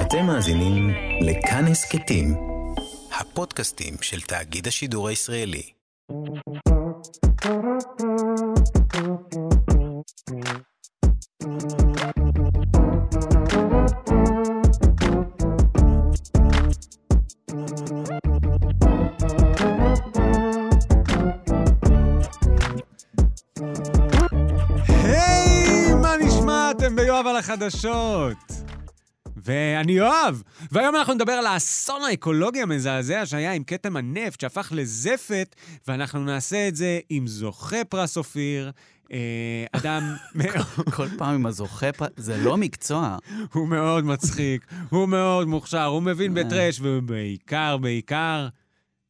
אתם מאזינים לכאן הסכתים, הפודקאסטים של תאגיד השידור הישראלי. היי, מה נשמע? אתם ביואב על החדשות. ואני יואב, והיום אנחנו נדבר על האסון האקולוגי המזעזע שהיה עם כתם הנפט שהפך לזפת, ואנחנו נעשה את זה עם זוכה פרס אופיר, אה, אדם מאוד... כל פעם עם הזוכה, פ- זה לא מקצוע. הוא מאוד מצחיק, הוא מאוד מוכשר, הוא אה. מבין בטרש, ובעיקר, בעיקר,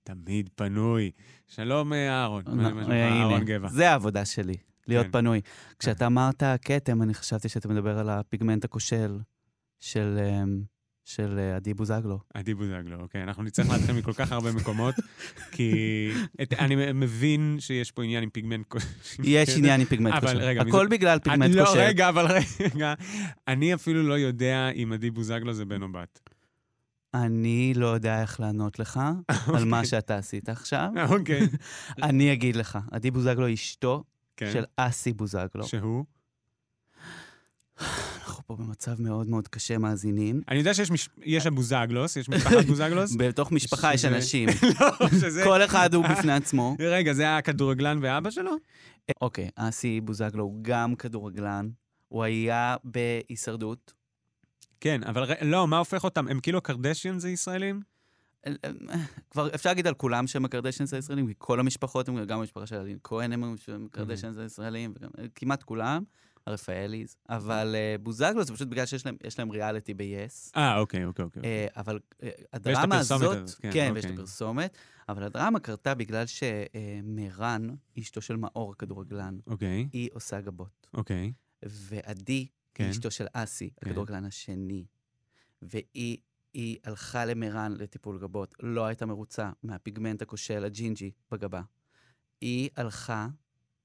תמיד פנוי. שלום, אה, אהרון. מה אה, שלומך? הנה, אהרון גבע. זה העבודה שלי, להיות כן. פנוי. כשאתה אמרת כתם, אני חשבתי שאתה מדבר על הפיגמנט הכושל של אמ, של אה, עדי בוזגלו. עדי בוזגלו, אוקיי. אנחנו נצטרך להתחיל מכל כך הרבה מקומות, כי את, אני מבין שיש פה עניין עם פיגמנט כושל. יש עניין עם פיגמנט כן. אבל כושל. רגע, מי הכל בגלל פיגמנט לא, כושל. רגע, אבל רגע. אני אפילו לא יודע אם עדי בוזגלו זה בן או בת. אני לא יודע איך לענות לך על מה שאתה עשית עכשיו. אוקיי. אני אגיד לך, עדי בוזגלו היא אשתו כן. של אסי בוזגלו. שהוא? אנחנו פה במצב מאוד מאוד קשה, מאזינים. אני יודע שיש מש... יש הבוזגלוס, יש משפחת בוזגלוס. בתוך משפחה יש שזה- אנשים, לא, שזה... כל אחד הוא בפני עצמו. רגע, זה היה הכדורגלן ואבא שלו? אוקיי, אסי בוזגלו הוא גם כדורגלן, הוא היה בהישרדות. כן, אבל ר... לא, מה הופך אותם? הם כאילו קרדשיאן זה ישראלים? כבר אפשר להגיד על כולם שהם הקרדשנס הישראלים, כי כל המשפחות, הם גם המשפחה של אלין כהן הם הקרדשנס הישראלים, וגם- אה, כמעט כולם, הרפאליז. אבל אה, בוזגלו זה פשוט בגלל שיש להם- יש להם ריאליטי ב-yes. אה, אוקיי, אוקיי, אוקיי. אה, אבל אה, את הדרמה הפרסומת הזאת, הזאת, כן, כן, ויש את אוקיי. הפרסומת, אבל הדרמה קרתה בגלל שמירן, אשתו של מאור הכדורגלן, אוקיי, היא עושה גבות. אוקיי. ועדי כן. כן. אשתו של אסי, כן. כן. הכדורגלן השני, והיא היא הלכה למירן לטיפול גבות, לא הייתה מרוצה מהפיגמנט הכושל, הג'ינג'י, בגבה. היא הלכה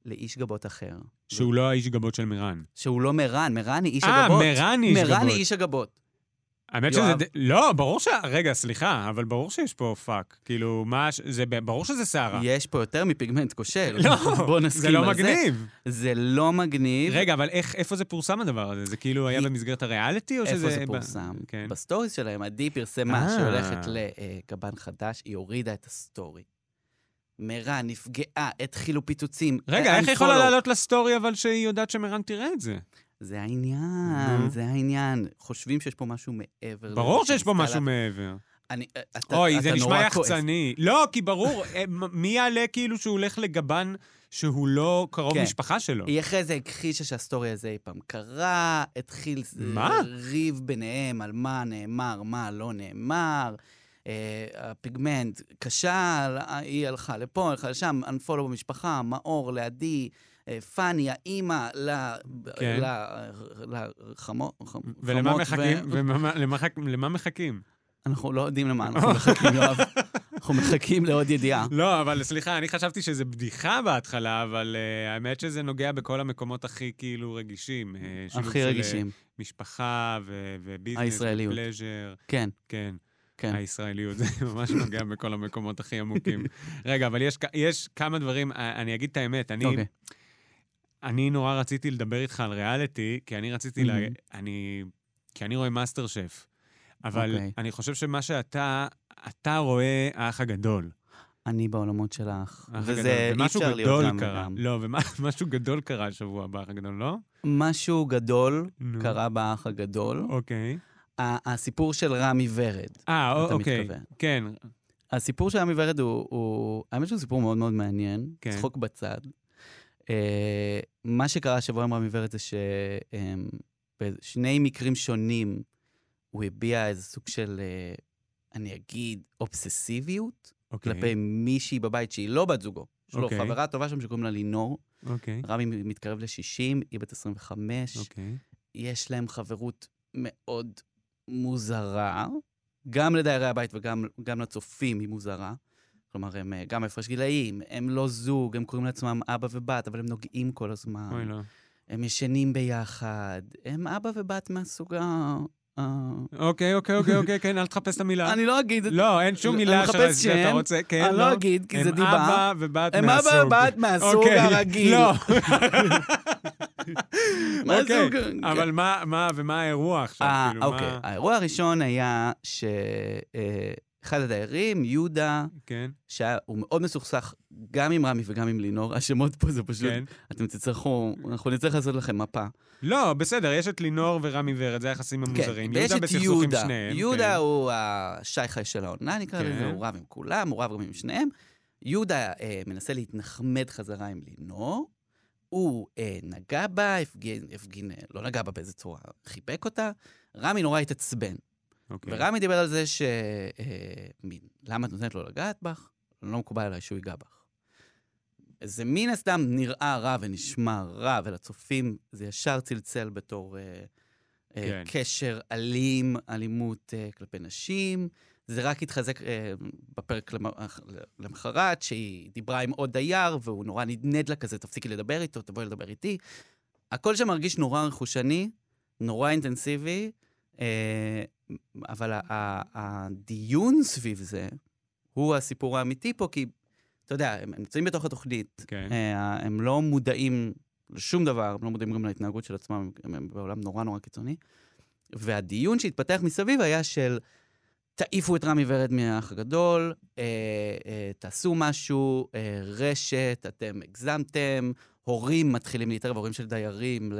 לאיש גבות אחר. שהוא לא האיש גבות של מירן. שהוא לא מירן, מירן היא איש אה, הגבות. מירן היא איש מירן גבות. היא איש הגבות. האמת שזה... יואב. ד- לא, ברור ש... רגע, סליחה, אבל ברור שיש פה פאק. כאילו, מה... ש- זה... ב- ברור שזה סערה. יש פה יותר מפיגמנט כושל. אה. לא, בוא נסכים זה לא על זה. מגניב. זה לא מגניב. רגע, אבל איך, איפה זה פורסם הדבר הזה? זה כאילו היה היא- במסגרת הריאליטי, או שזה... איפה זה ב- פורסם? כן. בסטוריס שלהם, עדי פרסמה אה. שהיא הולכת לקב"ן חדש, היא הורידה את הסטורי. מירן נפגעה, התחילו פיצוצים. רגע, איך היא unfollow. יכולה לעלות לסטורי, אבל שהיא יודעת שמירן תראה את זה? זה העניין, נו. זה העניין. חושבים שיש פה משהו מעבר. ברור לזה שיש פה שניסתה משהו לה- מעבר. אני- אתה- אוי, אתה זה נשמע נורא כועס. יחצני. לא, כי ברור, אה, מ- מי יעלה כאילו שהוא הולך לגבן שהוא לא קרוב כן. משפחה שלו? היא אחרי זה הכחישה שהסטורי הזה אי פעם קרה, התחיל אה, מה? ריב ביניהם על מה נאמר, מה לא נאמר, אה, הפיגמנט כשל, אה, היא הלכה לפה, הלכה לשם, unfollow במשפחה, מאור לעדי, אה, פאני, האימא, ל- כן. ל- לחמו- חמות. ולמה ו- מחכים? ולמה- למה חכ- למה מחכים? אנחנו לא יודעים למה אנחנו מחכים, יואב. אנחנו מחכים לעוד ידיעה. לא, אבל סליחה, אני חשבתי שזה בדיחה בהתחלה, אבל אה, האמת שזה נוגע בכל המקומות הכי כאילו רגישים. אה, שילוב של, הכי אה, רגישים, משפחה ו- וביזנס. הישראליות. ופלז'ר, כן, כן, כן. הישראליות, זה ממש נוגע בכל המקומות הכי עמוקים. רגע, אבל יש, כ- יש כמה דברים, אה, אני אגיד את האמת, אני, אוקיי. אני נורא רציתי לדבר איתך על ריאליטי, כי אני רציתי, לה, מהמם. אני, כי אני רואה מאסטר שף, אבל אוקיי. אני חושב שמה שאתה, אתה רואה האח הגדול. אני בעולמות שלך, האח וזה הגדול. אי ומשהו אפשר להיות גדול גם קרה. וגם. לא, ומשהו גדול קרה השבוע באח הגדול, לא? משהו גדול נו. קרה באח הגדול. אוקיי. ה- הסיפור של רמי ורד, אה, אתה אוקיי. מתכוון. כן, הסיפור של רמי ורד הוא- הוא, האמת שהוא סיפור מאוד מאוד מעניין, כן. צחוק בצד. אה, מה שקרה השבוע עם רמי ורד זה שבשני מקרים שונים הוא הביע איזה סוג של, אה, אני אגיד, אובססיביות אוקיי. כלפי מישהי בבית שהיא לא בת זוגו. יש לו אוקיי. חברה טובה שם שקוראים לה לינור, אוקיי. רמי מתקרב ל-60, היא בת 25. אוקיי. יש להם חברות מאוד מוזרה, גם לדיירי הבית וגם גם לצופים היא מוזרה. כלומר, הם אה, גם הפרש גילאים, הם לא זוג, הם קוראים לעצמם אבא ובת, אבל הם נוגעים כל הזמן. אוי, לא. הם ישנים ביחד, הם אבא ובת מהסוג ה... ה- אוקיי, אוקיי, אוקיי, אוקיי, כן, אל תחפש את המילה. אני לא אגיד... לא, אין שום מילה אני מחפש של שאתה שם, רוצה, כן, אני לא אגיד, כי זה הם דיבה. אבא ובת הם מהסוג. אבא ובת מהסוג אוקיי, הרגיל. לא, מה זה אוקיי. הוא- אבל מה, מה, ומה האירוע עכשיו? אה, כאילו, אוקיי. מה- האירוע הראשון היה שאחד הדיירים, יהודה, כן, שהוא מאוד מסוכסך גם עם רמי וגם עם לינור, השמות פה זה פשוט... כן. אתם תצטרכו, אנחנו נצטרך לעשות לכם מפה. לא, בסדר, יש את לינור ורמי ורד, זה היחסים המוזרים. כן, ויש יהודה את בסכסוך עם יהודה. שניהם. יהודה כן. הוא השי חי של העונה, נקרא כן. לזה, הוא רב עם כולם, הוא רב גם עם שניהם. יהודה אה, מנסה להתנחמד חזרה עם לינור, הוא אה, נגע בה, הפגין, הפגין, אה, לא נגע בה באיזה צורה, חיבק אותה. רמי נורא התעצבן. אוקיי. ורמי דיבר על זה ש... אה, מין, למה את נותנת לו לגעת בך? לא מקובל עליי שהוא ייגע בך. זה מן הסתם נראה רע ונשמע רע, ולצופים זה ישר צלצל בתור אה, אה, כן. קשר אלים, אלימות אה, כלפי נשים. זה רק התחזק אה, בפרק למ- למחרת, שהיא דיברה עם עוד דייר, והוא נורא נדנד לה כזה, תפסיקי לדבר איתו, תבואי לדבר איתי. הכל שם מרגיש נורא רכושני, נורא אינטנסיבי, אה, אבל ה- ה- הדיון סביב זה הוא הסיפור האמיתי פה, כי אתה יודע, הם הם נמצאים בתוך התוכנית, כן. אה, הם לא מודעים לשום דבר, הם לא מודעים גם להתנהגות של עצמם, הם- הם בעולם נורא נורא קיצוני. והדיון שהתפתח מסביב היה של תעיפו את רמי ורד מהאח הגדול, אה, אה, תעשו משהו, אה, רשת, אתם הגזמתם, הורים מתחילים להתערב, הורים של דיירים, ל-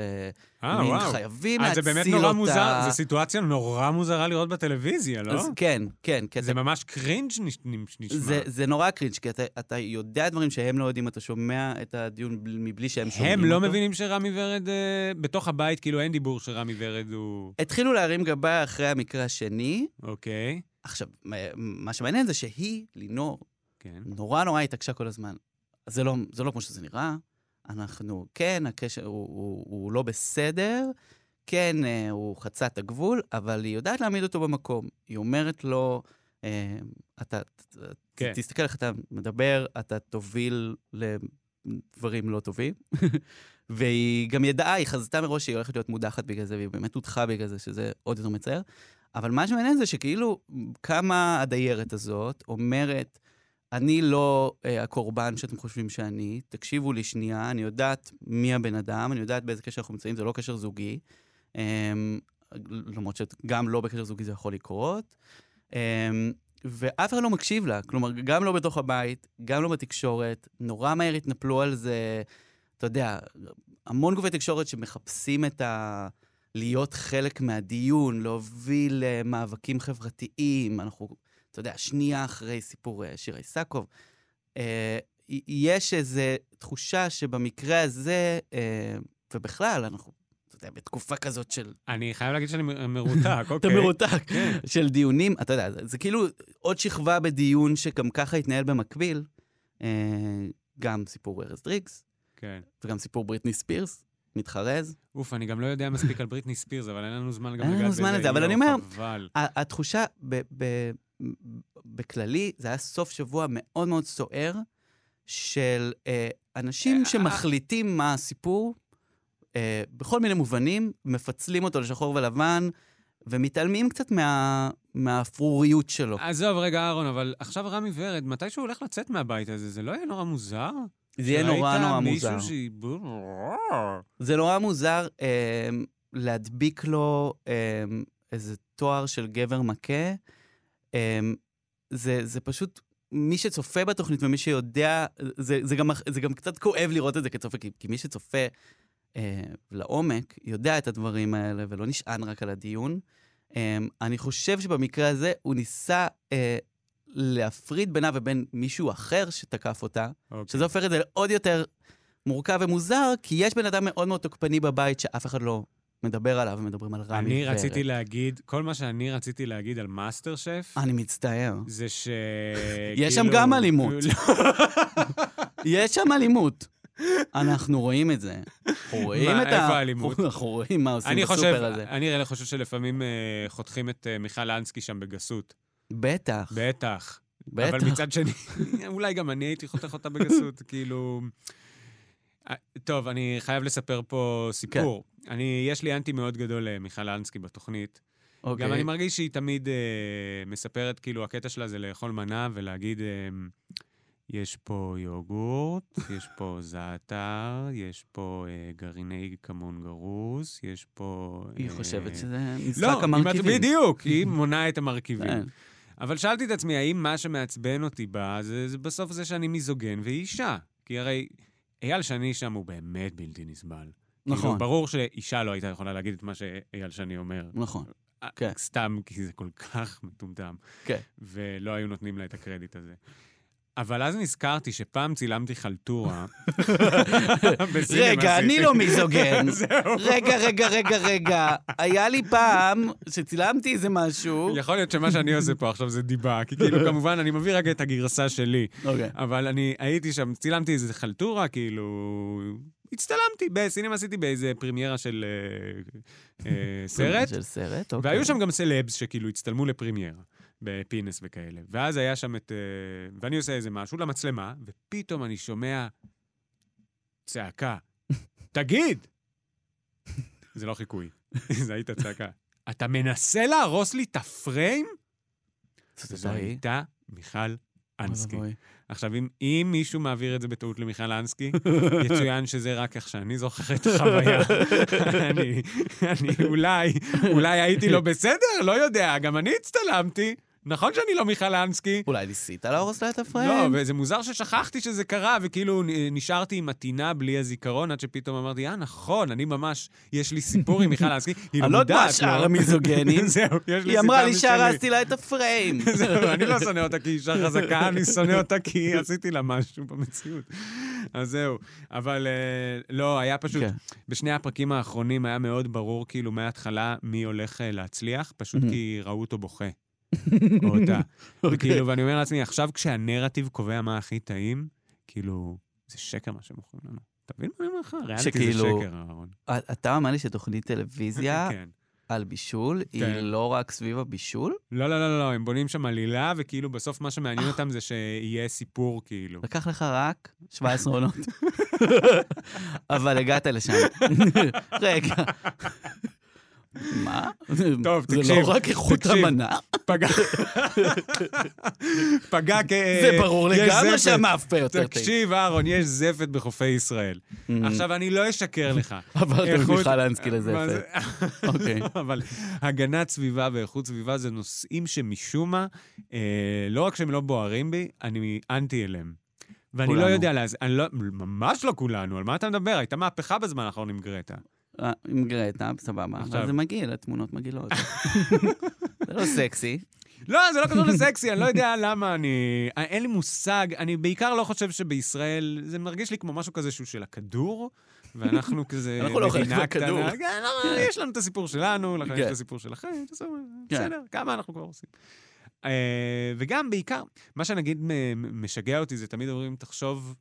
אה, מין וואו. חייבים אז להציל זה אותה. באמת נורא מוזר, זו סיטואציה נורא מוזרה לראות בטלוויזיה, לא? אז כן, כן, כי אתה זה ממש קרינג' נש- נש- נשמע. זה, זה נורא קרינג', כי אתה, אתה יודע דברים שהם לא יודעים, אתה שומע את הדיון בל- מבלי שהם שומעים הם אותו. לא מבינים שרמי ורד, אה, בתוך הבית, כאילו אין דיבור שרמי ורד הוא... התחילו להרים גבה אחרי המקרה השני. אוקיי, עכשיו, מה- מה שמעניין זה שהיא, לינור, כן. נורא נורא התעקשה כל הזמן. זה לא, זה לא כמו שזה נראה. אנחנו, כן, הקשר הוא, הוא, הוא לא בסדר, כן, אה, הוא חצה את הגבול, אבל היא יודעת להעמיד אותו במקום. היא אומרת לו, אה, אתה, כן. כן. תסתכל איך אתה מדבר, אתה תוביל לדברים לא טובים. והיא גם ידעה, היא חזתה מראש שהיא הולכת להיות מודחת בגלל זה, והיא באמת הודחה בגלל זה, שזה עוד יותר מצער. אבל מה שמעניין זה שכאילו, כמה הדיירת הזאת אומרת, אני לא אה, הקורבן שאתם חושבים שאני, תקשיבו לי שנייה, אני יודעת מי הבן אדם, אני יודעת באיזה קשר אנחנו נמצאים, זה לא קשר זוגי. אה, למרות שגם לא בקשר זוגי זה יכול לקרות. אה, ואף אחד לא מקשיב לה, כלומר, גם לא בתוך הבית, גם לא בתקשורת, נורא מהר התנפלו על זה, אתה יודע, המון גופי תקשורת שמחפשים את ה... להיות חלק מהדיון, להוביל אה, מאבקים חברתיים, אנחנו, אתה יודע, שנייה אחרי סיפור אה, שירה איסקוב. אה, י- יש איזו תחושה שבמקרה הזה, אה, ובכלל, אנחנו, אתה יודע, בתקופה כזאת של אני חייב להגיד שאני מ- מרותק, אתה אוקיי. מרותק כן. של דיונים, אתה יודע, זה- זה כאילו עוד שכבה בדיון שגם ככה התנהל במקביל, אה, גם סיפור ארז דריקס כן. וגם סיפור בריטני ספירס, מתחרז. אוף, אני גם לא יודע מספיק על בריטני ספירס, אבל אין לנו זמן גם אין לנו לגעת זמן בזה, לזה, אבל לא, אני אומר- חבל. ה- התחושה ב- ב- בכללי, זה היה סוף שבוע מאוד מאוד סוער של אה, אנשים שמחליטים מה הסיפור, אה, בכל מיני מובנים, מפצלים אותו לשחור ולבן, ומתעלמים קצת מה- מהאפרוריות שלו. עזוב רגע, אהרון, אבל עכשיו רמי ורד, מתי שהוא הולך לצאת מהבית הזה, זה לא יהיה נורא מוזר? זה יהיה נורא נורא מוזר. ראית מישהו שהיא... זה נורא מוזר אה, להדביק לו אה, איזה תואר של גבר מכה. אה, זה, זה פשוט, מי שצופה בתוכנית ומי שיודע, זה, זה, גם, זה גם קצת כואב לראות את זה כצופה, כי, כי מי שצופה אה, לעומק יודע את הדברים האלה ולא נשען רק על הדיון. אה, אני חושב שבמקרה הזה הוא ניסה אה, להפריד בינה ובין מישהו אחר שתקף אותה. אוקיי. שזה הופך את זה לעוד יותר מורכב ומוזר, כי יש בן אדם מאוד מאוד תוקפני בבית שאף אחד לא מדבר עליו, ומדברים על רמי אני ורד. רציתי להגיד, כל מה שאני רציתי להגיד על מאסטר שף, אני מצטער. זה ש... יש שם כאילו- גם אלימות. לא, יש שם אלימות. אנחנו רואים את זה. אנחנו רואים מה, את ה... איפה האלימות? אנחנו רואים מה עושים אני חושב, בסופר הזה. אני אלה חושב שלפעמים אה, חותכים את אה, מיכל אנסקי שם בגסות. בטח, בטח. בטח. אבל מצד שני, אולי גם אני הייתי חותך אותה בגסות, כאילו... אה, טוב, כן. אני חייב לספר פה סיפור. אני, יש לי אנטי מאוד גדול למיכל אנסקי אה, בתוכנית. אוקיי. גם אני מרגיש שהיא תמיד אה, מספרת, כאילו, הקטע שלה זה לאכול מנה ולהגיד, אה, יש פה יוגורט, יש פה זעתר, יש פה אה, גרעיני כמון גרוס, יש פה... היא אה, חושבת שזה משחק לא, היא המרכיבים. מת- בדיוק, היא מונה את כן. המרכיבים. אבל שאלתי את עצמי, האם מה שמעצבן אותי בה, זה, זה בסוף זה שאני מיזוגן והיא אישה. כי הרי אייל שני שם הוא באמת בלתי נסבל. כאילו, נכון, ברור שאישה לא הייתה יכולה להגיד את מה שאייל שני אומר. נכון. כן. סתם, כי זה כל כך מטומטם. כן. ולא היו נותנים לה את הקרדיט הזה. אבל אז נזכרתי שפעם צילמתי חלטורה. בסינמה רגע, אני סיטי. לא מיזוגן. זהו. רגע, רגע, רגע, רגע. היה לי פעם שצילמתי איזה משהו. יכול להיות שמה שאני עושה פה עכשיו זה דיבה, כי כאילו, כמובן, אני מביא רגע את הגרסה שלי. אוקיי. אבל אני הייתי שם, צילמתי איזה חלטורה, כאילו... הצטלמתי בסינמה סיטי באיזה פרמיירה של אה, אה, סרט, של סרט, אוקיי. והיו שם גם סלבס שכאילו הצטלמו לפרמיירה, בפינס וכאלה. ואז היה שם את... אה, ואני עושה איזה משהו למצלמה, ופתאום אני שומע צעקה, תגיד! זה לא חיקוי, זה הייתה צעקה. אתה מנסה להרוס לי את הפריים? זו סטטוטורי. הייתה מיכל אוי אנסקי. ואבוי. עכשיו, אם, אם מישהו מעביר את זה בטעות למיכל אנסקי, יצוין שזה רק איך שאני זוכר את החוויה. אני, אני אולי, אולי הייתי לא בסדר, לא יודע, גם אני הצטלמתי. נכון שאני לא מיכל אנסקי. אולי ניסית להרוס לה את לא, הפריים? וזה מוזר ששכחתי שזה קרה, וכאילו נ- נשארתי עם הטינה בלי הזיכרון, עד שפתאום אמרתי, אה, נכון, אני ממש, יש לי סיפור עם מיכל אנסקי. היא אני לא לא יודעת מה מודעת, שאר לא? המיזוגנים. זהו, יש לי היא אמרה סיבה לי משלי. שהרסתי לה את הפריים. זהו, אני לא שונא אותה כי היא אישה חזקה, אני שונא אותה כי עשיתי לה משהו במציאות. אז זהו. אבל אה, לא, היה פשוט, כן. בשני הפרקים האחרונים היה מאוד ברור, כאילו, מההתחלה מי הולך אה, להצליח, פשוט Mhm. כי ראו אותו בוכה, כן. או אותה. אוקיי. וכאילו, ואני אומר לעצמי, עכשיו כשהנרטיב קובע מה הכי טעים, כאילו, זה שקר מה שמוכרים לנו. אתה מבין מה אני אומר לך? ריאליטי זה שכאילו- שקר, אהרון. אתה אומר לי שתוכנית טלוויזיה אוקיי. כן. על בישול היא כן. לא רק סביב הבישול? לא, לא, לא, לא, הם בונים שם עלילה, וכאילו, בסוף מה שמעניין אותם זה שיהיה סיפור, כאילו. לקח לך רק 17 עונות. אבל הגעת לשם. רגע. מה? טוב, זה תקשיב, לא רק איכות תקשיב. המנה? פגע, פגע כ... זה ברור אה, יש לגמרי זפת. שהמאפה יותר טעים. תקשיב, אהרון, יש זפת בחופי ישראל. עכשיו, אני לא אשקר לך. עברת איכות- ממיכל אנסקי לזפת. מה זה? אוקיי. אבל הגנת סביבה ואיכות סביבה זה נושאים שמשום מה, אה, לא רק שהם לא בוערים בי, אני אנטי אליהם. ואני לא כולנו. יודע, להז- אני לא- ממש לא כולנו, על מה אתה מדבר? הייתה מהפכה בזמן האחרון עם גרטה. אה, עם גרטה, סבבה. עכשיו. אבל זה מגעיל, התמונות מגעילות. זה לא סקסי. לא, זה לא קשור לסקסי, אני לא יודע למה אני... אין לי מושג, אני בעיקר לא חושב שבישראל, זה מרגיש לי כמו משהו כזה שהוא של הכדור, ואנחנו כזה אנחנו לא חלק מהכדור. כן, לא, יש לנו את הסיפור שלנו, לכם יש את כן. הסיפור שלכם, בסדר, כן. בסדר, כמה אנחנו כבר עושים. אה, וגם, בעיקר, מה שנגיד מ- מ- משגע אותי, זה תמיד אומרים, תחשוב,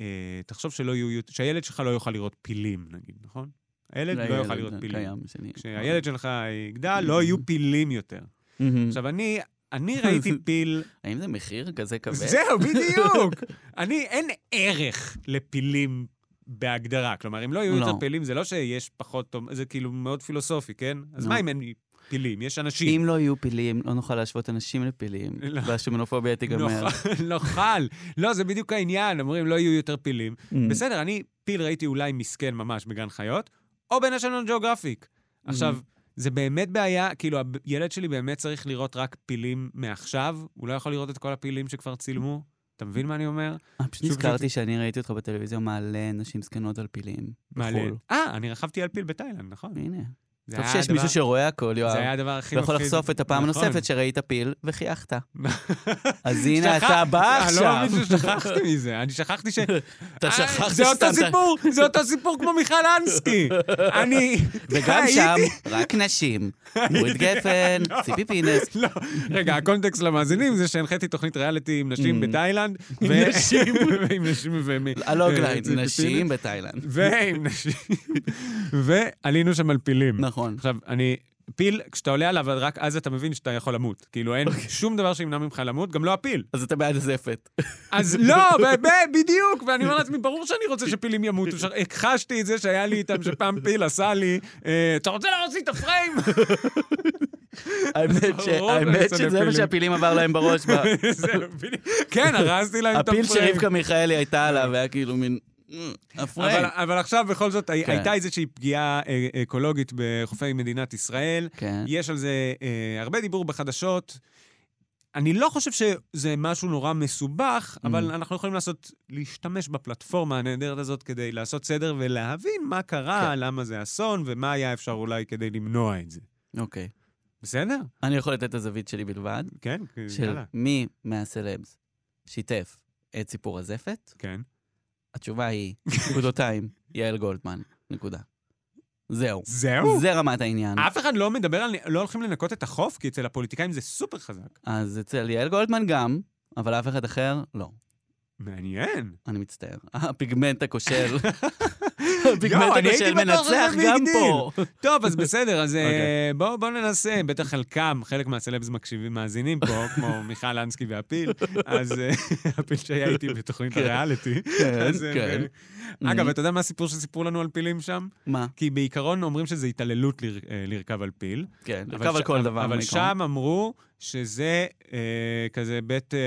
אה, תחשוב שלא יהיו, שהילד שלך לא יוכל לראות פילים, נגיד, נכון? הילד לא יוכל לראות פילים. קיים, כן. שאני- כשהילד שלך יגדל, לא יהיו פילים יותר. מהמם. עכשיו, אני, אני ראיתי פיל... האם זה מחיר כזה כבד? זהו, בדיוק. אני, אין ערך לפילים בהגדרה. כלומר, אם לא יהיו לא. יותר פילים, זה לא שיש פחות... טוב- זה כאילו מאוד פילוסופי, כן? אז לא. מה אם אין פילים? יש אנשים. אם לא יהיו פילים, לא נוכל להשוות אנשים לפילים, לא. נכון. והשומנופוביה תיגמר. נאכל- נאכל. לא, זה בדיוק העניין. אומרים, לא יהיו יותר פילים. Mm. בסדר, אני פיל ראיתי אולי מסכן ממש בגן חיות, או בנשיונל ג'אוגרפיק. עכשיו, זה באמת בעיה, כאילו, הילד שלי באמת צריך לראות רק פילים מעכשיו, הוא לא יכול לראות את כל הפילים שכבר צילמו. אתה מבין מה אני אומר? אה, פשוט שוב, נזכרתי שאני ראיתי אותך בטלוויזיה מעלה נשים זקנות על פילים. מעלה. בחו"ל. אה, אני רכבתי על פיל בתאילנד, נכון. הנה. זה טוב היה שיש הדבר- מישהו שרואה הכל, יואב. זה היה הדבר הכי אתה יכול מפחיד. לחשוף את הפעם נכון. הנוספת שראית פיל וחייכת. אז הנה, אתה בא אה, לא עכשיו. מאמין ששכחתי מזה, אני שכחתי ש... אתה אה, שכחת זה אותו ששמת- סיפור, זה אותו סיפור כמו מיכל אנסקי. אני... וגם הייתי- שם, רק נשים. נורית גפן, לא. ציפי פינס. לא, רגע, הקונטקסט למאזינים זה שהנחיתי תוכנית ריאליטי עם נשים Mm. בתאילנד. עם ו- נשים. ועם נשים ומ... הלוגליין, כן, ציפי לא, נשים בתאילנד. ועם נשים. ועלינו שם על פילים. נכון. עכשיו, אני... פיל, כשאתה עולה עליו, רק אז אתה מבין שאתה יכול למות. כאילו, אין אוקיי. שום דבר שימנע ממך למות, גם לא הפיל. אז אתה בעד הזפת. אז לא, ו- ב- בדיוק, ואני אומר לעצמי, ברור שאני רוצה שפילים ימותו. ש- הכחשתי את זה שהיה לי איתם, שפעם פיל עשה לי, אה, אתה רוצה להרוס לי את הפריים? האמת ש- ברור, האמת זה שזה מה הפילים. שהפילים עבר להם בראש. ב- זהו, בדיוק. כן, הרסתי להם את הפיל הפריים. שרבקה מיכאלי הייתה עליו היה כאילו מין... "אה, אבל, הפריים. אבל עכשיו בכל זאת הי- כן. הייתה איזושהי פגיעה אה, אקולוגית בחופי מדינת ישראל. כן. יש על זה אה, הרבה דיבור בחדשות. אני לא חושב שזה משהו נורא מסובך, Mm. אבל אנחנו יכולים לעשות, להשתמש בפלטפורמה הנהדרת הזאת כדי לעשות סדר ולהבין מה קרה, כן. למה זה אסון ומה היה אפשר אולי כדי למנוע את זה. אוקיי. בסדר? אני יכול לתת את הזווית שלי בלבד, כן, של יאללה. מי מהסלבס שיתף את סיפור הזפת. כן. התשובה היא, נקודותיים, יעל גולדמן, נקודה. זהו. זהו? זה רמת העניין. אף אחד לא מדבר על, לא הולכים לנקות את החוף, כי אצל הפוליטיקאים זה סופר חזק. אז אצל יעל גולדמן גם, אבל אף אחד אחר, לא. מעניין. אני מצטער. הפיגמנט הכושל. יואו, הפיגמנט אני הייתי הכושל בטוח מנצח שזה ביג גם דיל. פה. טוב, אז בסדר, אז אה, אוקיי. בואו בואו ננסה. בטח חלקם, חלק מהסלבס מקשיבים, מאזינים פה, כמו מיכל לנסקי והפיל, אז אה, הפיל שהיה איתי בתוכנית כן. הריאליטי. כן, אז, אה, כן. ו- אגב, Mhm. אתה יודע מה הסיפור שסיפרו לנו על פילים שם? מה? כי בעיקרון אומרים שזה התעללות לר- אה, לרכב על פיל. כן, אבל לרכב על ש- כל דבר. אבל בעיקרון. שם אמרו שזה אה, כזה בית אה,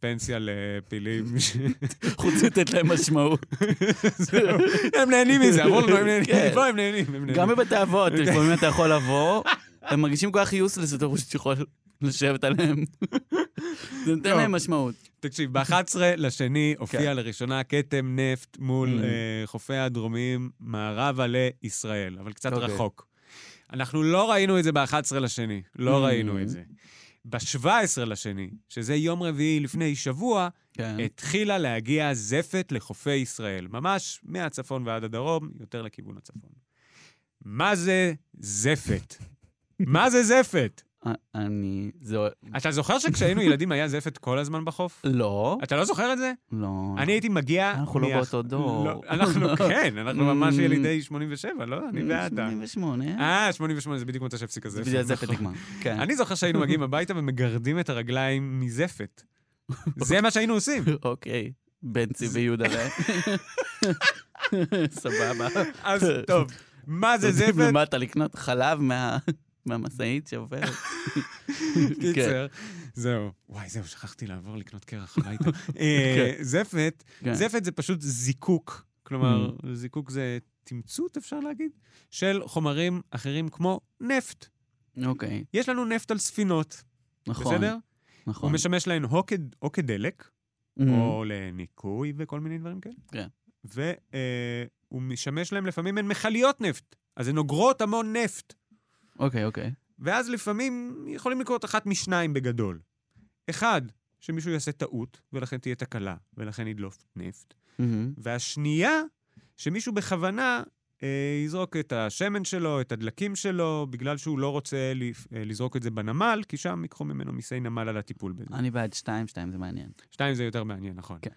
פנסיה לפילים. ש- חוץ מלתת להם משמעות. זהו. הם נהנים מזה, אמרו לנו, הם כן. נהנים. פה הם נהנים, הם נהנים. גם בבתי אבות, כן. לפעמים אתה יכול לבוא, הם מרגישים כל כך יוסלס שאתה חושב שאתה יכול לשבת עליהם. זה נותן טוב. להם משמעות. תקשיב, ב-11 לשני הופיע כן. לראשונה כתם נפט מול Mm. אה, חופי הדרומיים, מערבה לישראל, אבל קצת אוקיי. רחוק. אנחנו לא ראינו את זה ב-11 לשני, לא Mm. ראינו את זה. ב-17 לשני, שזה יום רביעי לפני שבוע, כן. אה, התחילה להגיע זפת לחופי ישראל, ממש מהצפון ועד הדרום, יותר לכיוון הצפון. מה זה זפת? מה זה זפת? א- אה, אני... זה... אתה זוכר שכשהיינו ילדים היה זפת כל הזמן בחוף? לא, אתה לא זוכר את זה? לא. אני הייתי מגיע... אנחנו לא מאח- באותו דור. לא, אנחנו, כן, אנחנו ממש Mm. ילידי 87, לא? אני ואתה. 88. אה, 88 זה בדיוק מתי שהפסיק הזפת. בגלל זה נכון. נגמר. כן. אני זוכר שהיינו מגיעים הביתה ומגרדים את הרגליים מזפת. זה מה שהיינו עושים. אוקיי. בנצי ויהודה. ר- סבבה. אז טוב, מה זה זפת? ומה אתה לקנות חלב מה- מהמשאית שעוברת? כן. קיצר, זהו. וואי, זהו, שכחתי לעבור לקנות קרח הביתה. אה, זפת, כן. Mm. זפת זה פשוט זיקוק. כלומר, זיקוק זה תמצות, אפשר להגיד, של חומרים אחרים כמו נפט. אוקיי, יש לנו נפט על ספינות, נכון. בסדר? הוא נכון. משמש להן או כד- או כדלק, Mm, או לניקוי וכל מיני דברים כאלה. כן. והוא משמש להם לפעמים הן מכליות נפט, אז הן אוגרות המון נפט. אוקיי, אוקיי. ואז לפעמים יכולים לקרות אחת משניים בגדול. אחד, שמישהו יעשה טעות, ולכן תהיה תקלה, ולכן ידלוף נפט. מהמם. והשנייה, שמישהו בכוונה אה, יזרוק את השמן שלו, את הדלקים שלו, בגלל שהוא לא רוצה לפ- אה, לזרוק את זה בנמל, כי שם ייקחו ממנו מיסי נמל על הטיפול בזה. אני בעד שתיים, שתיים זה מעניין. שתיים זה יותר מעניין, נכון. כן.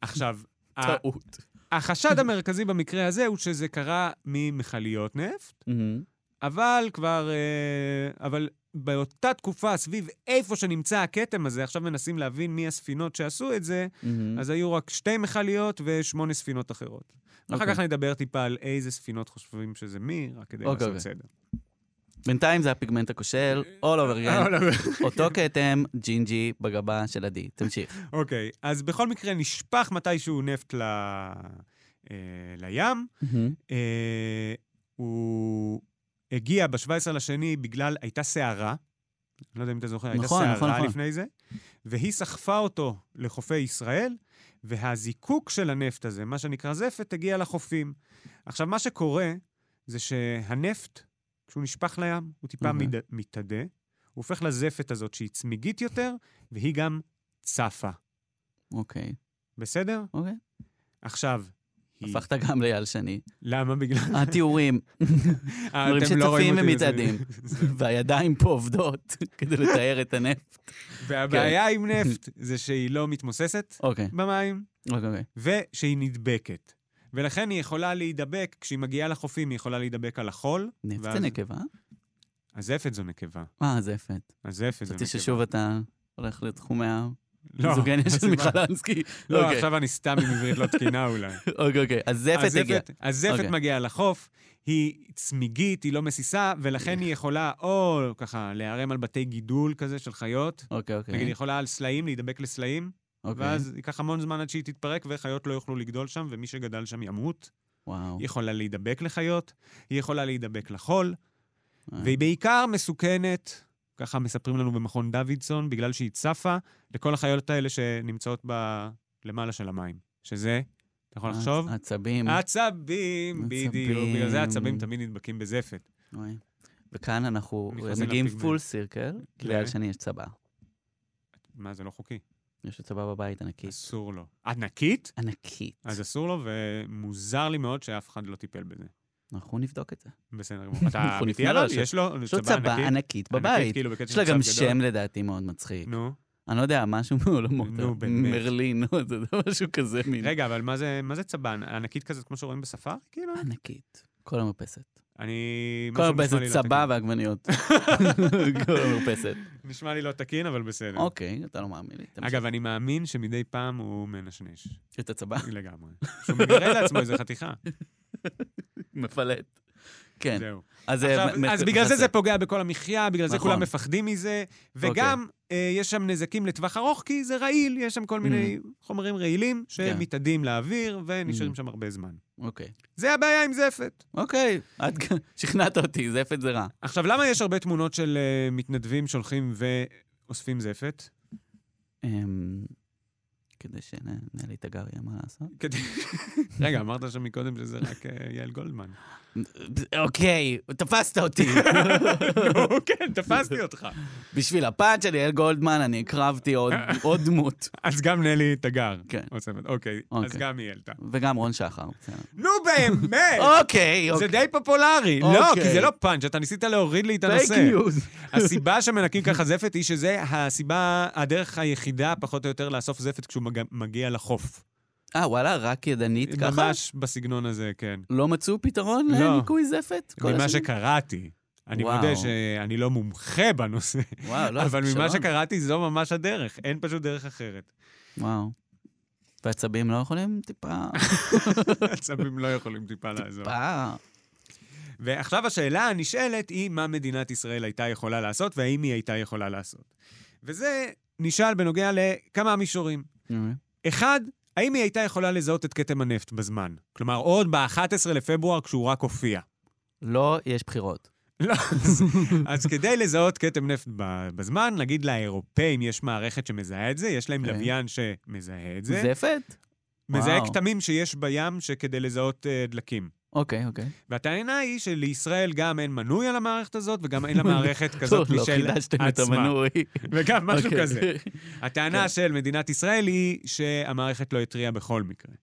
עכשיו, ה- טעות. החשד המרכזי במקרה הזה הוא שזה קרה ממכליות נפט, מהמם. אבל כבר... אה, אבל באותה תקופה, סביב איפה שנמצא הכתם הזה, עכשיו מנסים להבין מי הספינות שעשו את זה, מהמם. אז היו רק שתי מכליות ושמונה ספינות אחרות. ואחר אוקיי. כך נדבר טיפה על איזה ספינות חושבים שזה מי, רק כדי אוקיי, לעשות סדר. בינתיים זה הפיגמנט הכושל, all over again. אבל- אותו כתם ג'ינג'י בגבה של עדי. תמשיך. אוקיי, אז בכל מקרה נשפך מתישהו נפט ל... אה, לים. אה, הוא הגיע ב-17 לשני בגלל, הייתה סערה, לא יודע אם אתה זוכר, נכון, הייתה נכון, סערה נכון. לפני זה, והיא סחפה אותו לחופי ישראל, והזיקוק של הנפט הזה, מה שנקרא זפת, הגיע לחופים. עכשיו, מה שקורה זה שהנפט, כשהוא נשפך לים, הוא טיפה אוקיי. מד- מתאדה, הוא הופך לזפת הזאת שהיא צמיגית יותר, והיא גם צפה. אוקיי, בסדר? אוקיי. עכשיו, היא... הפכת גם לאייל שני. למה בגלל... התיאורים, אה, דברים אתם לא רואים שצפים אותי, אז- ומצעדים. והידיים פה עובדות כדי לתאר את הנפט. והבעיה עם נפט זה שהיא לא מתמוססת אוקיי, במים, אוקיי, אוקיי. ושהיא נדבקת. ולכן היא יכולה להידבק, כשהיא מגיעה לחופים, היא יכולה להידבק על החול. נפט זה ואז- נקבה? הזפת זו נקבה. אה, זפת. הזפת זו נקבה. חשבתי ששוב אתה הולך לתחומי ה... לא. מיזוגניה של הסיבה- מיכל אנסקי. לא, אוקיי. עכשיו אני סתם עם עברית לא תקינה אולי. אוקיי, אוקיי. אז זפת הגיע. הזפת- הזפת אוקיי. מגיעה לחוף, היא צמיגית, היא לא מסיסה, ולכן היא יכולה או ככה להיערם על בתי גידול כזה של חיות, אוקיי, נגיד היא אוקיי. יכולה על סלעים, להידבק לסלעים, אוקיי. ואז ייקח המון זמן עד שהיא תתפרק וחיות לא יוכלו לגדול שם, ומי שגדל שם ימות. אוקיי. וואו. היא יכולה להידבק לחיות, היא יכולה להידבק לחול, אה. והיא בעיקר מסוכנת, ככה מספרים לנו במכון דוידסון, בגלל שהיא צפה לכל החיות האלה שנמצאות ב... למעלה של המים. שזה, אתה יכול לחשוב? אה? עצ- אה, עצבים. עצבים, בדיוק. אה, עצבים. בגלל זה עצבים תמיד נדבקים בזפת. אוי. וכאן אנחנו אני חוזר מגיעים לפיגמנט. פול סירקל, כן. לאייל שני יש צבא. מה, זה לא חוקי. יש לו צבא בבית ענקית. אסור לו. ענקית? ענקית. אז אסור לו, ומוזר לי מאוד שאף אחד לא טיפל בזה. אנחנו נבדוק את זה. בסדר גמור. אתה אנחנו אמיתי נפנה עליו? לו, יש לו יש לו צבא ענקית ענקית, בבית. כאילו, בקטע יש של לה גם צב גדול. שם לדעתי מאוד מצחיק. נו. אני לא יודע, משהו מעולמות. נו, באמת. מרלין, או זה משהו כזה מין. רגע, אבל מה זה- מה זה צבן? ענקית כזאת כמו שרואים בספארי? כאילו? ענקית. כל המרפסת. אני... כל משהו נשמע המרפסת לי לא צבא ועגבניות. כל המרפסת. תקין. נשמע לי לא תקין, אבל בסדר. אוקיי, אתה לא מאמין לי. תמשיך. אגב, אני מאמין שמדי פעם הוא מנשנש. את הצבא. לגמרי. שהוא מגרה לעצמו איזה חתיכה. מפלט. כן. זהו. אז עכשיו, אה, מ- אז מ- בגלל זה מפלט. זה פוגע בכל המחיה, בגלל זה נכון. אוקיי. כולם מפחדים מזה, וגם אה, יש שם נזקים לטווח ארוך, כי זה רעיל, יש שם כל מיני חומרים רעילים שמתאדים לאוויר ונשארים כן. Mm. שם הרבה זמן. אוקיי. זה הבעיה עם זפת. אוקיי, את גם- שכנעת אותי, זפת זה רע. עכשיו, למה יש הרבה תמונות של אה, מתנדבים שהולכים ואוספים זפת? אמ, כדי שנעלי תגר יהיה מה לעשות. כדי- רגע, אמרת שם מקודם שזה רק אה, יעל גולדמן. אוקיי, תפסת אותי. נו, כן, תפסתי אותך. בשביל הפאנץ' של יעל גולדמן אני הקרבתי עוד- עוד דמות. אז גם נלי תגר. כן. אוספת, אוקיי, אז אוקיי. גם היא העלתה. וגם רון שחר. בסדר. נו באמת! אוקיי, זה אוקיי. די פופולרי. לא, אוקיי. כי זה לא פאנץ', אתה ניסית להוריד לי את הנושא. פייק ניוז. הסיבה שמנקים ככה זפת היא שזה הסיבה, הדרך היחידה, פחות או יותר, לאסוף זפת כשהוא מג- מגיע לחוף. אה, וואלה, רק ידנית ככה? ממש בסגנון הזה, כן. לא מצאו פתרון לא. לניקוי זפת? כל ממה השנים? שקראתי. אני וואו. מודה שאני לא מומחה בנושא, וואו, לא, אבל ממה כישרון. שקראתי זו ממש הדרך, אין פשוט דרך אחרת. וואו. ועצבים לא יכולים טיפה... עצבים לא יכולים טיפה לעזור. טיפה... ועכשיו השאלה הנשאלת היא מה מדינת ישראל הייתה יכולה לעשות והאם היא הייתה יכולה לעשות. וזה נשאל בנוגע לכמה מישורים. אחד, האם היא הייתה יכולה לזהות את כתם הנפט בזמן? כלומר, עוד ב-11 לפברואר כשהוא רק הופיע. לא, יש בחירות. לא, אז- אז כדי לזהות כתם נפט ב- בזמן, נגיד לאירופאים יש מערכת שמזהה את זה, יש להם כן. לוויין שמזהה את זה, זפת? מזהה וואו. כתמים שיש בים שכדי לזהות אה, דלקים. אוקיי, אוקיי. והטענה היא שלישראל גם אין מנוי על המערכת הזאת, וגם אין לה מערכת טוב, כזאת לא משל חידשתם את עצמה. המנוי. וגם משהו אוקיי. כזה. הטענה כן. של מדינת ישראל היא שהמערכת לא התריעה בכל מקרה.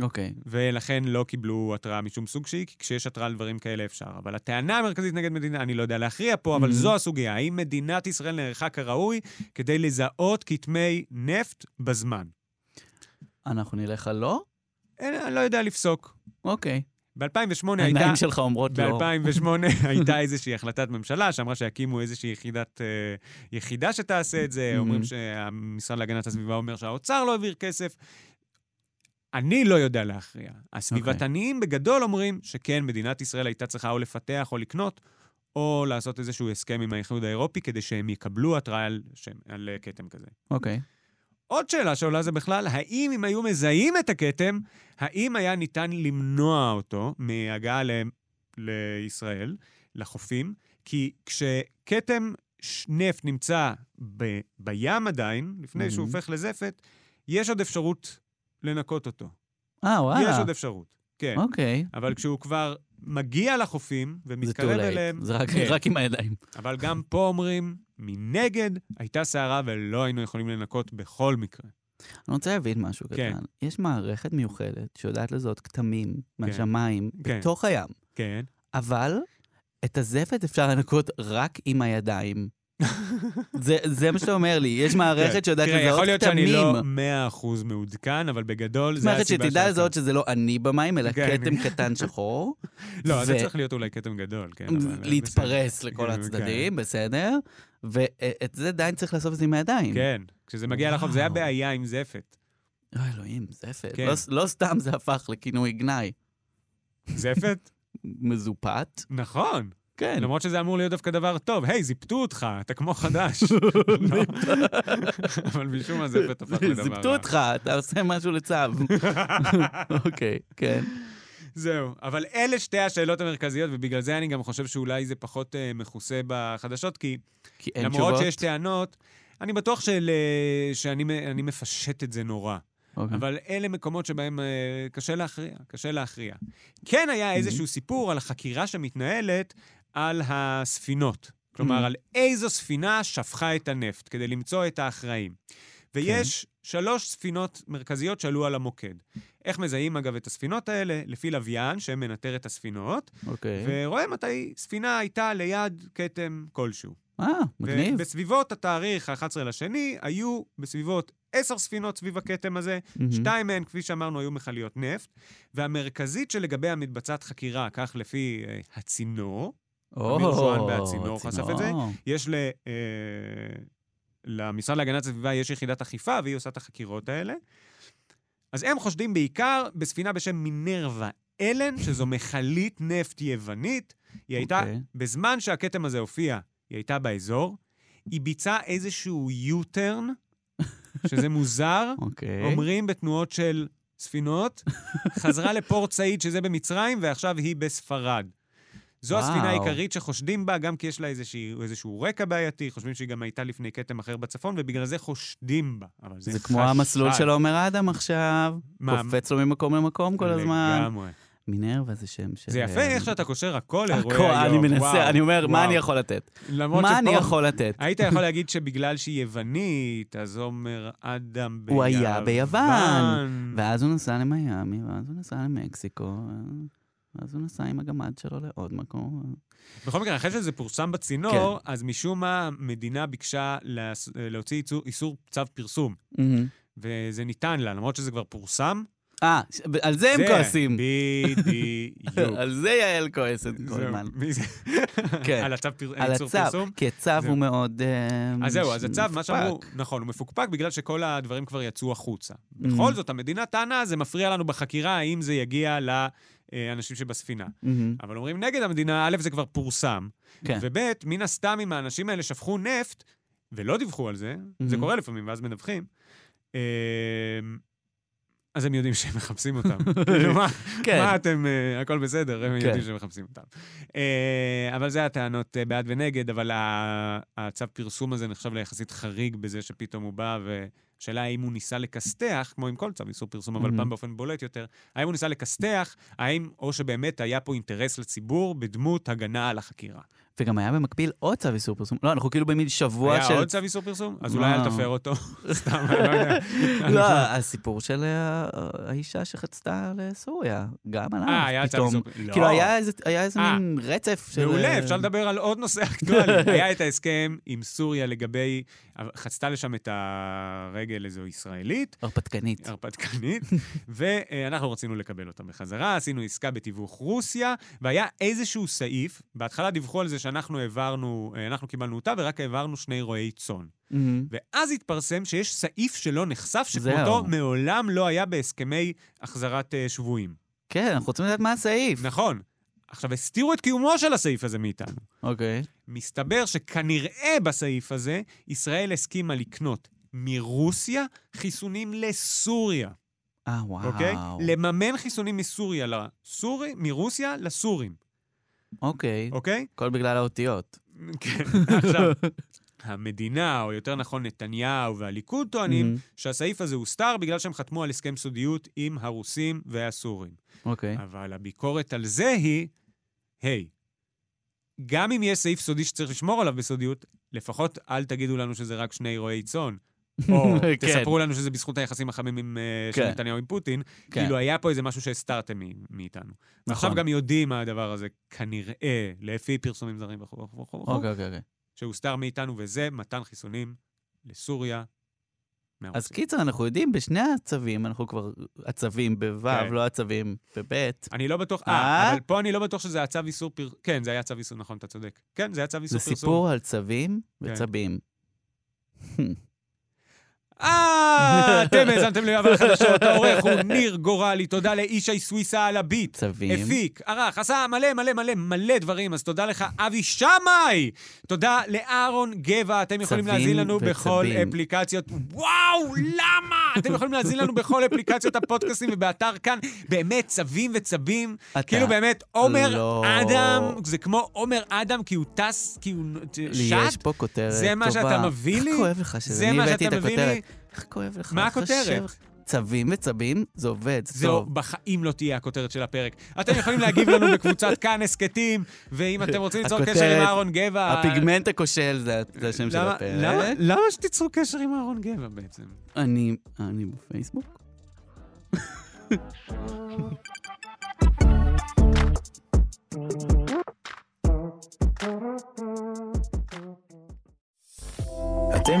אוקיי. ולכן לא קיבלו התראה משום סוג שהיא, כי כשיש התראה על דברים כאלה אפשר. אבל הטענה המרכזית נגד מדינה, אני לא יודע להכריע פה, אבל Mhm. זו הסוגיה. האם מדינת ישראל נערכה כראוי כדי לזהות כתמי נפט בזמן? אנחנו נלך על לא? אין- אני לא יודע לפסוק. אוקיי. ב-2008 הייתה... העיניים שלך אומרות לא. ב-2008 הייתה איזושהי החלטת ממשלה שאמרה שיקימו איזושהי יחידת, אה, יחידה שתעשה את זה. Mhm. אומרים שהמשרד להגנת הסביבה אומר שהאוצר לא העביר כסף. אני לא יודע להכריע. הסביבתניים בגדול אומרים שכן, מדינת ישראל הייתה צריכה או לפתח או לקנות, או לעשות איזשהו הסכם עם האיחוד האירופי כדי שהם יקבלו התראה על, שם, על אה, כתם כזה. אוקיי. עוד שאלה שעולה זה בכלל, האם אם היו מזהים את הכתם, האם היה ניתן למנוע אותו מהגעה ל- לישראל, לחופים? כי כשכתם ש- נפט נמצא ב- בים עדיין, לפני שהוא Mhm. הופך לזפת, יש עוד אפשרות לנקות אותו. אה, יש וואלה. עוד אפשרות, כן. אוקיי. אבל כשהוא כבר מגיע לחופים זה too ומתקרב אליהם, late. זה רק- כן. רק עם הידיים. אבל גם פה אומרים, מנגד, הייתה סערה ולא היינו יכולים לנקות בכל מקרה. אני רוצה להבין משהו כן. קטן. יש מערכת מיוחדת שיודעת לזהות כתמים מהשמיים כן. בתוך הים, כן. אבל את הזפת אפשר לנקות רק עם הידיים. זה- זה מה שאתה אומר לי, יש מערכת שיודעת כן. תראה, יכול לזהות להיות שאני כתמים. לא 100% מעודכן, אבל בגדול זה מערכת הסיבה שתדע שהייתה. לזהות שזה לא אני במים, אלא כן. כתם קטן שחור. לא, זה ו- צריך להיות אולי כתם גדול, כן. אבל- להתפרס לכל כן, הצדדים, בסדר? ואת זה עדיין צריך לאסוף את זה עם הידיים. כן, כשזה מגיע לחוף, זה היה וואו. בעיה עם זפת. אוי, אלוהים, זפת. כן. לא, ס- לא סתם זה הפך לכינוי גנאי. זפת? מזופת. נכון. כן. למרות שזה אמור להיות דווקא דבר טוב. היי, זיפתו אותך, אתה כמו חדש. לא. אבל משום מה זפת הפך לדבר רע. זיפתו אותך, אתה עושה משהו לצו. אוקיי, כן. זהו. אבל אלה שתי השאלות המרכזיות, ובגלל זה אני גם חושב שאולי זה פחות אה, מכוסה בחדשות, כי כי אין תשובות. למרות שיש טענות, אני בטוח של, אה, שאני מ- אני מפשט את זה נורא. אוקיי. אבל אלה מקומות שבהם אה, קשה להכריע, קשה להכריע. כן Mm-hmm. היה איזשהו סיפור על החקירה שמתנהלת על הספינות. כלומר, Mhm. על איזו ספינה שפכה את הנפט, כדי למצוא את האחראים. כן. ויש שלוש ספינות מרכזיות שעלו על המוקד. איך מזהים, אגב, את הספינות האלה? לפי לוויין, שמנטר את הספינות, אוקיי. ורואה מתי ספינה הייתה ליד כתם כלשהו. אה, מגניב. ובסביבות התאריך ה-11 לשני, היו בסביבות עשר ספינות סביב הכתם הזה, מהמם. שתיים מהן, כפי שאמרנו, היו מכליות נפט, והמרכזית שלגביה מתבצעת חקירה, כך לפי אה, הצינור, או, אוקיי, אמיר שואן והצינור חשף את זה. הצינור. יש ל... אה, למשרד להגנת הסביבה יש יחידת אכיפה, והיא עושה את החקירות האלה. אז הם חושדים בעיקר בספינה בשם מינרווה אלן, שזו מכלית נפט יוונית. היא הייתה, אוקיי. בזמן שהכתם הזה הופיע, היא הייתה באזור. היא ביצעה איזשהו U-turn, שזה מוזר. אוקיי. אומרים בתנועות של ספינות, חזרה לפורט סעיד, שזה במצרים, ועכשיו היא בספרד. זו וואו. הספינה העיקרית שחושדים בה, גם כי יש לה איזשהו, איזשהו רקע בעייתי, חושבים שהיא גם הייתה לפני כתם אחר בצפון, ובגלל זה חושדים בה. אבל זה זה חשד. כמו המסלול של עומר אדם עכשיו. מה, קופץ לו ממקום למקום כל הזמן. לגמרי. מינרווה זה שם של... אה, זה יפה איך שאתה קושר הכל לאירועי הכל, היום. אני וואו, מנסה, אני אומר, מה וואו. אני יכול לתת? למרות מה אני שפה- יכול לתת? היית יכול להגיד שבגלל שהיא יוונית, אז עומר אדם ביוון. הוא היה ביוון. ואז הוא נסע למיאמי, ואז הוא נסע למקסיקו, ואז הוא נסע עם הגמד שלו לעוד מקום. בכל מקרה, אחרי שזה פורסם בצינור, כן. אז משום מה המדינה ביקשה להס... להוציא איסור, איסור צו פרסום, מהמם. וזה ניתן לה, למרות שזה כבר פורסם. אה, ש- על זה הם כועסים. בדיוק. על זה יעל כועסת כל זהו, הזמן. מי זה? כן. על הצו פר... על איסור הצו, פרסום? כי הצו הוא זהו. מאוד... אה, אז זהו, אז הצו, מה שאמרו, מפוקפק. Mm. נכון, הוא מפוקפק בגלל שכל הדברים כבר יצאו החוצה. בכל זאת, המדינה טענה, זה מפריע לנו בחקירה, האם זה יגיע לאנשים שבספינה. מהמם. אבל אומרים נגד המדינה, א', זה כבר פורסם, Mm-hmm. כן. וב', מן הסתם, אם האנשים האלה שפכו נפט ולא דיווחו על זה, זה Mhm. קורה לפעמים, ואז מדווחים, אמ, אז הם יודעים שהם מחפשים אותם. כאילו, מה- כן. מה אתם, אה, הכל בסדר, הם כן. יודעים שמחפשים אותם. אה, אבל זה הטענות אה, בעד ונגד, אבל ה- הצו פרסום הזה נחשב ליחסית חריג בזה שפתאום הוא בא ו... השאלה האם הוא ניסה לכסתח, כמו עם כל צו איסור פרסום, אבל Mhm. פעם באופן בולט יותר, האם הוא ניסה לכסתח, האם, או שבאמת היה פה אינטרס לציבור בדמות הגנה על החקירה. וגם היה במקביל עוד צו איסור פרסום. לא, אנחנו כאילו במין שבוע היה של... עוד צו איסור פרסום? אז אולי אל וואו. תפר אותו. סתם, אני לא יודע. לא, הסיפור של אה, האישה שחצתה לסוריה, גם עליו אה, היה צו פתאום. איסור. כאילו, לא. היה איזה- היה איזה אה. מין רצף של... מעולה, אה, אפשר לדבר על עוד נושא אקטואלי. היה את ההסכם עם סוריה לגבי, חצתה לשם את הרגל איזו ישראלית, הרפתקנית. אה. הרפתקנית, ואנחנו רצינו לקבל אותה בחזרה, עשינו עסקה בתיווך רוסיה, והיה איזשהו סעיף, בהתחלה דיווחו על זה שאנחנו העברנו, אה, אנחנו קיבלנו אותה ורק העברנו שני רועי צאן. מהמם. ואז התפרסם שיש סעיף שלא נחשף, זהו. שכמותו מעולם לא היה בהסכמי החזרת אה, שבויים. כן, אנחנו רוצים לדעת מה הסעיף. נכון. עכשיו, הסתירו את קיומו של הסעיף הזה מאיתנו. אוקיי. מסתבר שכנראה בסעיף הזה, ישראל הסכימה לקנות מרוסיה חיסונים לסוריה, אה, וואו. אוקיי? לממן חיסונים מסוריה לסורי, מרוסיה לסורים, אוקיי. אוקיי? הכל בגלל האותיות. כן, עכשיו, המדינה, או יותר נכון נתניהו והליכוד טוענים מהמם. שהסעיף הזה הוסתר בגלל שהם חתמו על הסכם סודיות עם הרוסים והסורים. אוקיי. אבל הביקורת על זה היא, היי, גם אם יש סעיף סודי שצריך לשמור עליו בסודיות, לפחות אל תגידו לנו שזה רק שני רועי צאן. או כן. תספרו לנו שזה בזכות היחסים החמים עם, אה, של כן. נתניהו עם פוטין. כן. נכון. כאילו היה פה איזה משהו שהסתרתם מ- מאיתנו. עכשיו גם יודעים מה הדבר הזה, כנראה, לפי פרסומים זרים וכו' וכו' וכו', אוקיי, אוקיי, אוקיי. שהוסתר מאיתנו, וזה מתן חיסונים לסוריה מהראש אז שלי. קיצר, אנחנו יודעים, בשני הצווים, אנחנו כבר הצווים בו', כן. לא הצווים בב'. אני לא בטוח, אה? אה, אבל פה אני לא בטוח שזה הצו איסור פרסום, כן, זה היה צו איסור, נכון, אתה צודק. כן, זה היה צו זה איסור פרסום. סיפור על צווים וצבים. אה, אתם האזנתם ליואב על החדשות, העורך הוא ניר גורלי, תודה לישי סוויסה על הביט. צווים. הפיק, ערך, עשה מלא מלא מלא מלא דברים, אז תודה לך, אבי שמאי! תודה לאהרון גבע, אתם יכולים צבים להזין לנו בכל וצבים. אפליקציות. וואו, למה? אתם יכולים להזין לנו בכל אפליקציות הפודקאסטים ובאתר כאן, באמת צבים וצבים. אתה כאילו באמת, עומר לא. אדם, זה כמו עומר אדם, כי הוא טס, כי הוא לי יש שט. פה כותרת טובה. זה מה שאתה מביא לי? איך כואב לך זה שזה, אני מה הבאתי את שאתה מביא הכותרת. לי? איך כואב לך? מה איך הכותרת? חושב- צבים וצבים, זה עובד, זה זהו, טוב. בחיים לא תהיה הכותרת של הפרק. אתם יכולים להגיב לנו בקבוצת כאן הסכתים, ואם אתם רוצים ליצור הכותרת, קשר עם אהרון גבע... הפיגמנט הכושל זה זה השם של למה- למה- הפרק. למה שתיצרו קשר עם אהרון גבע בעצם? אני אני בפייסבוק? אתם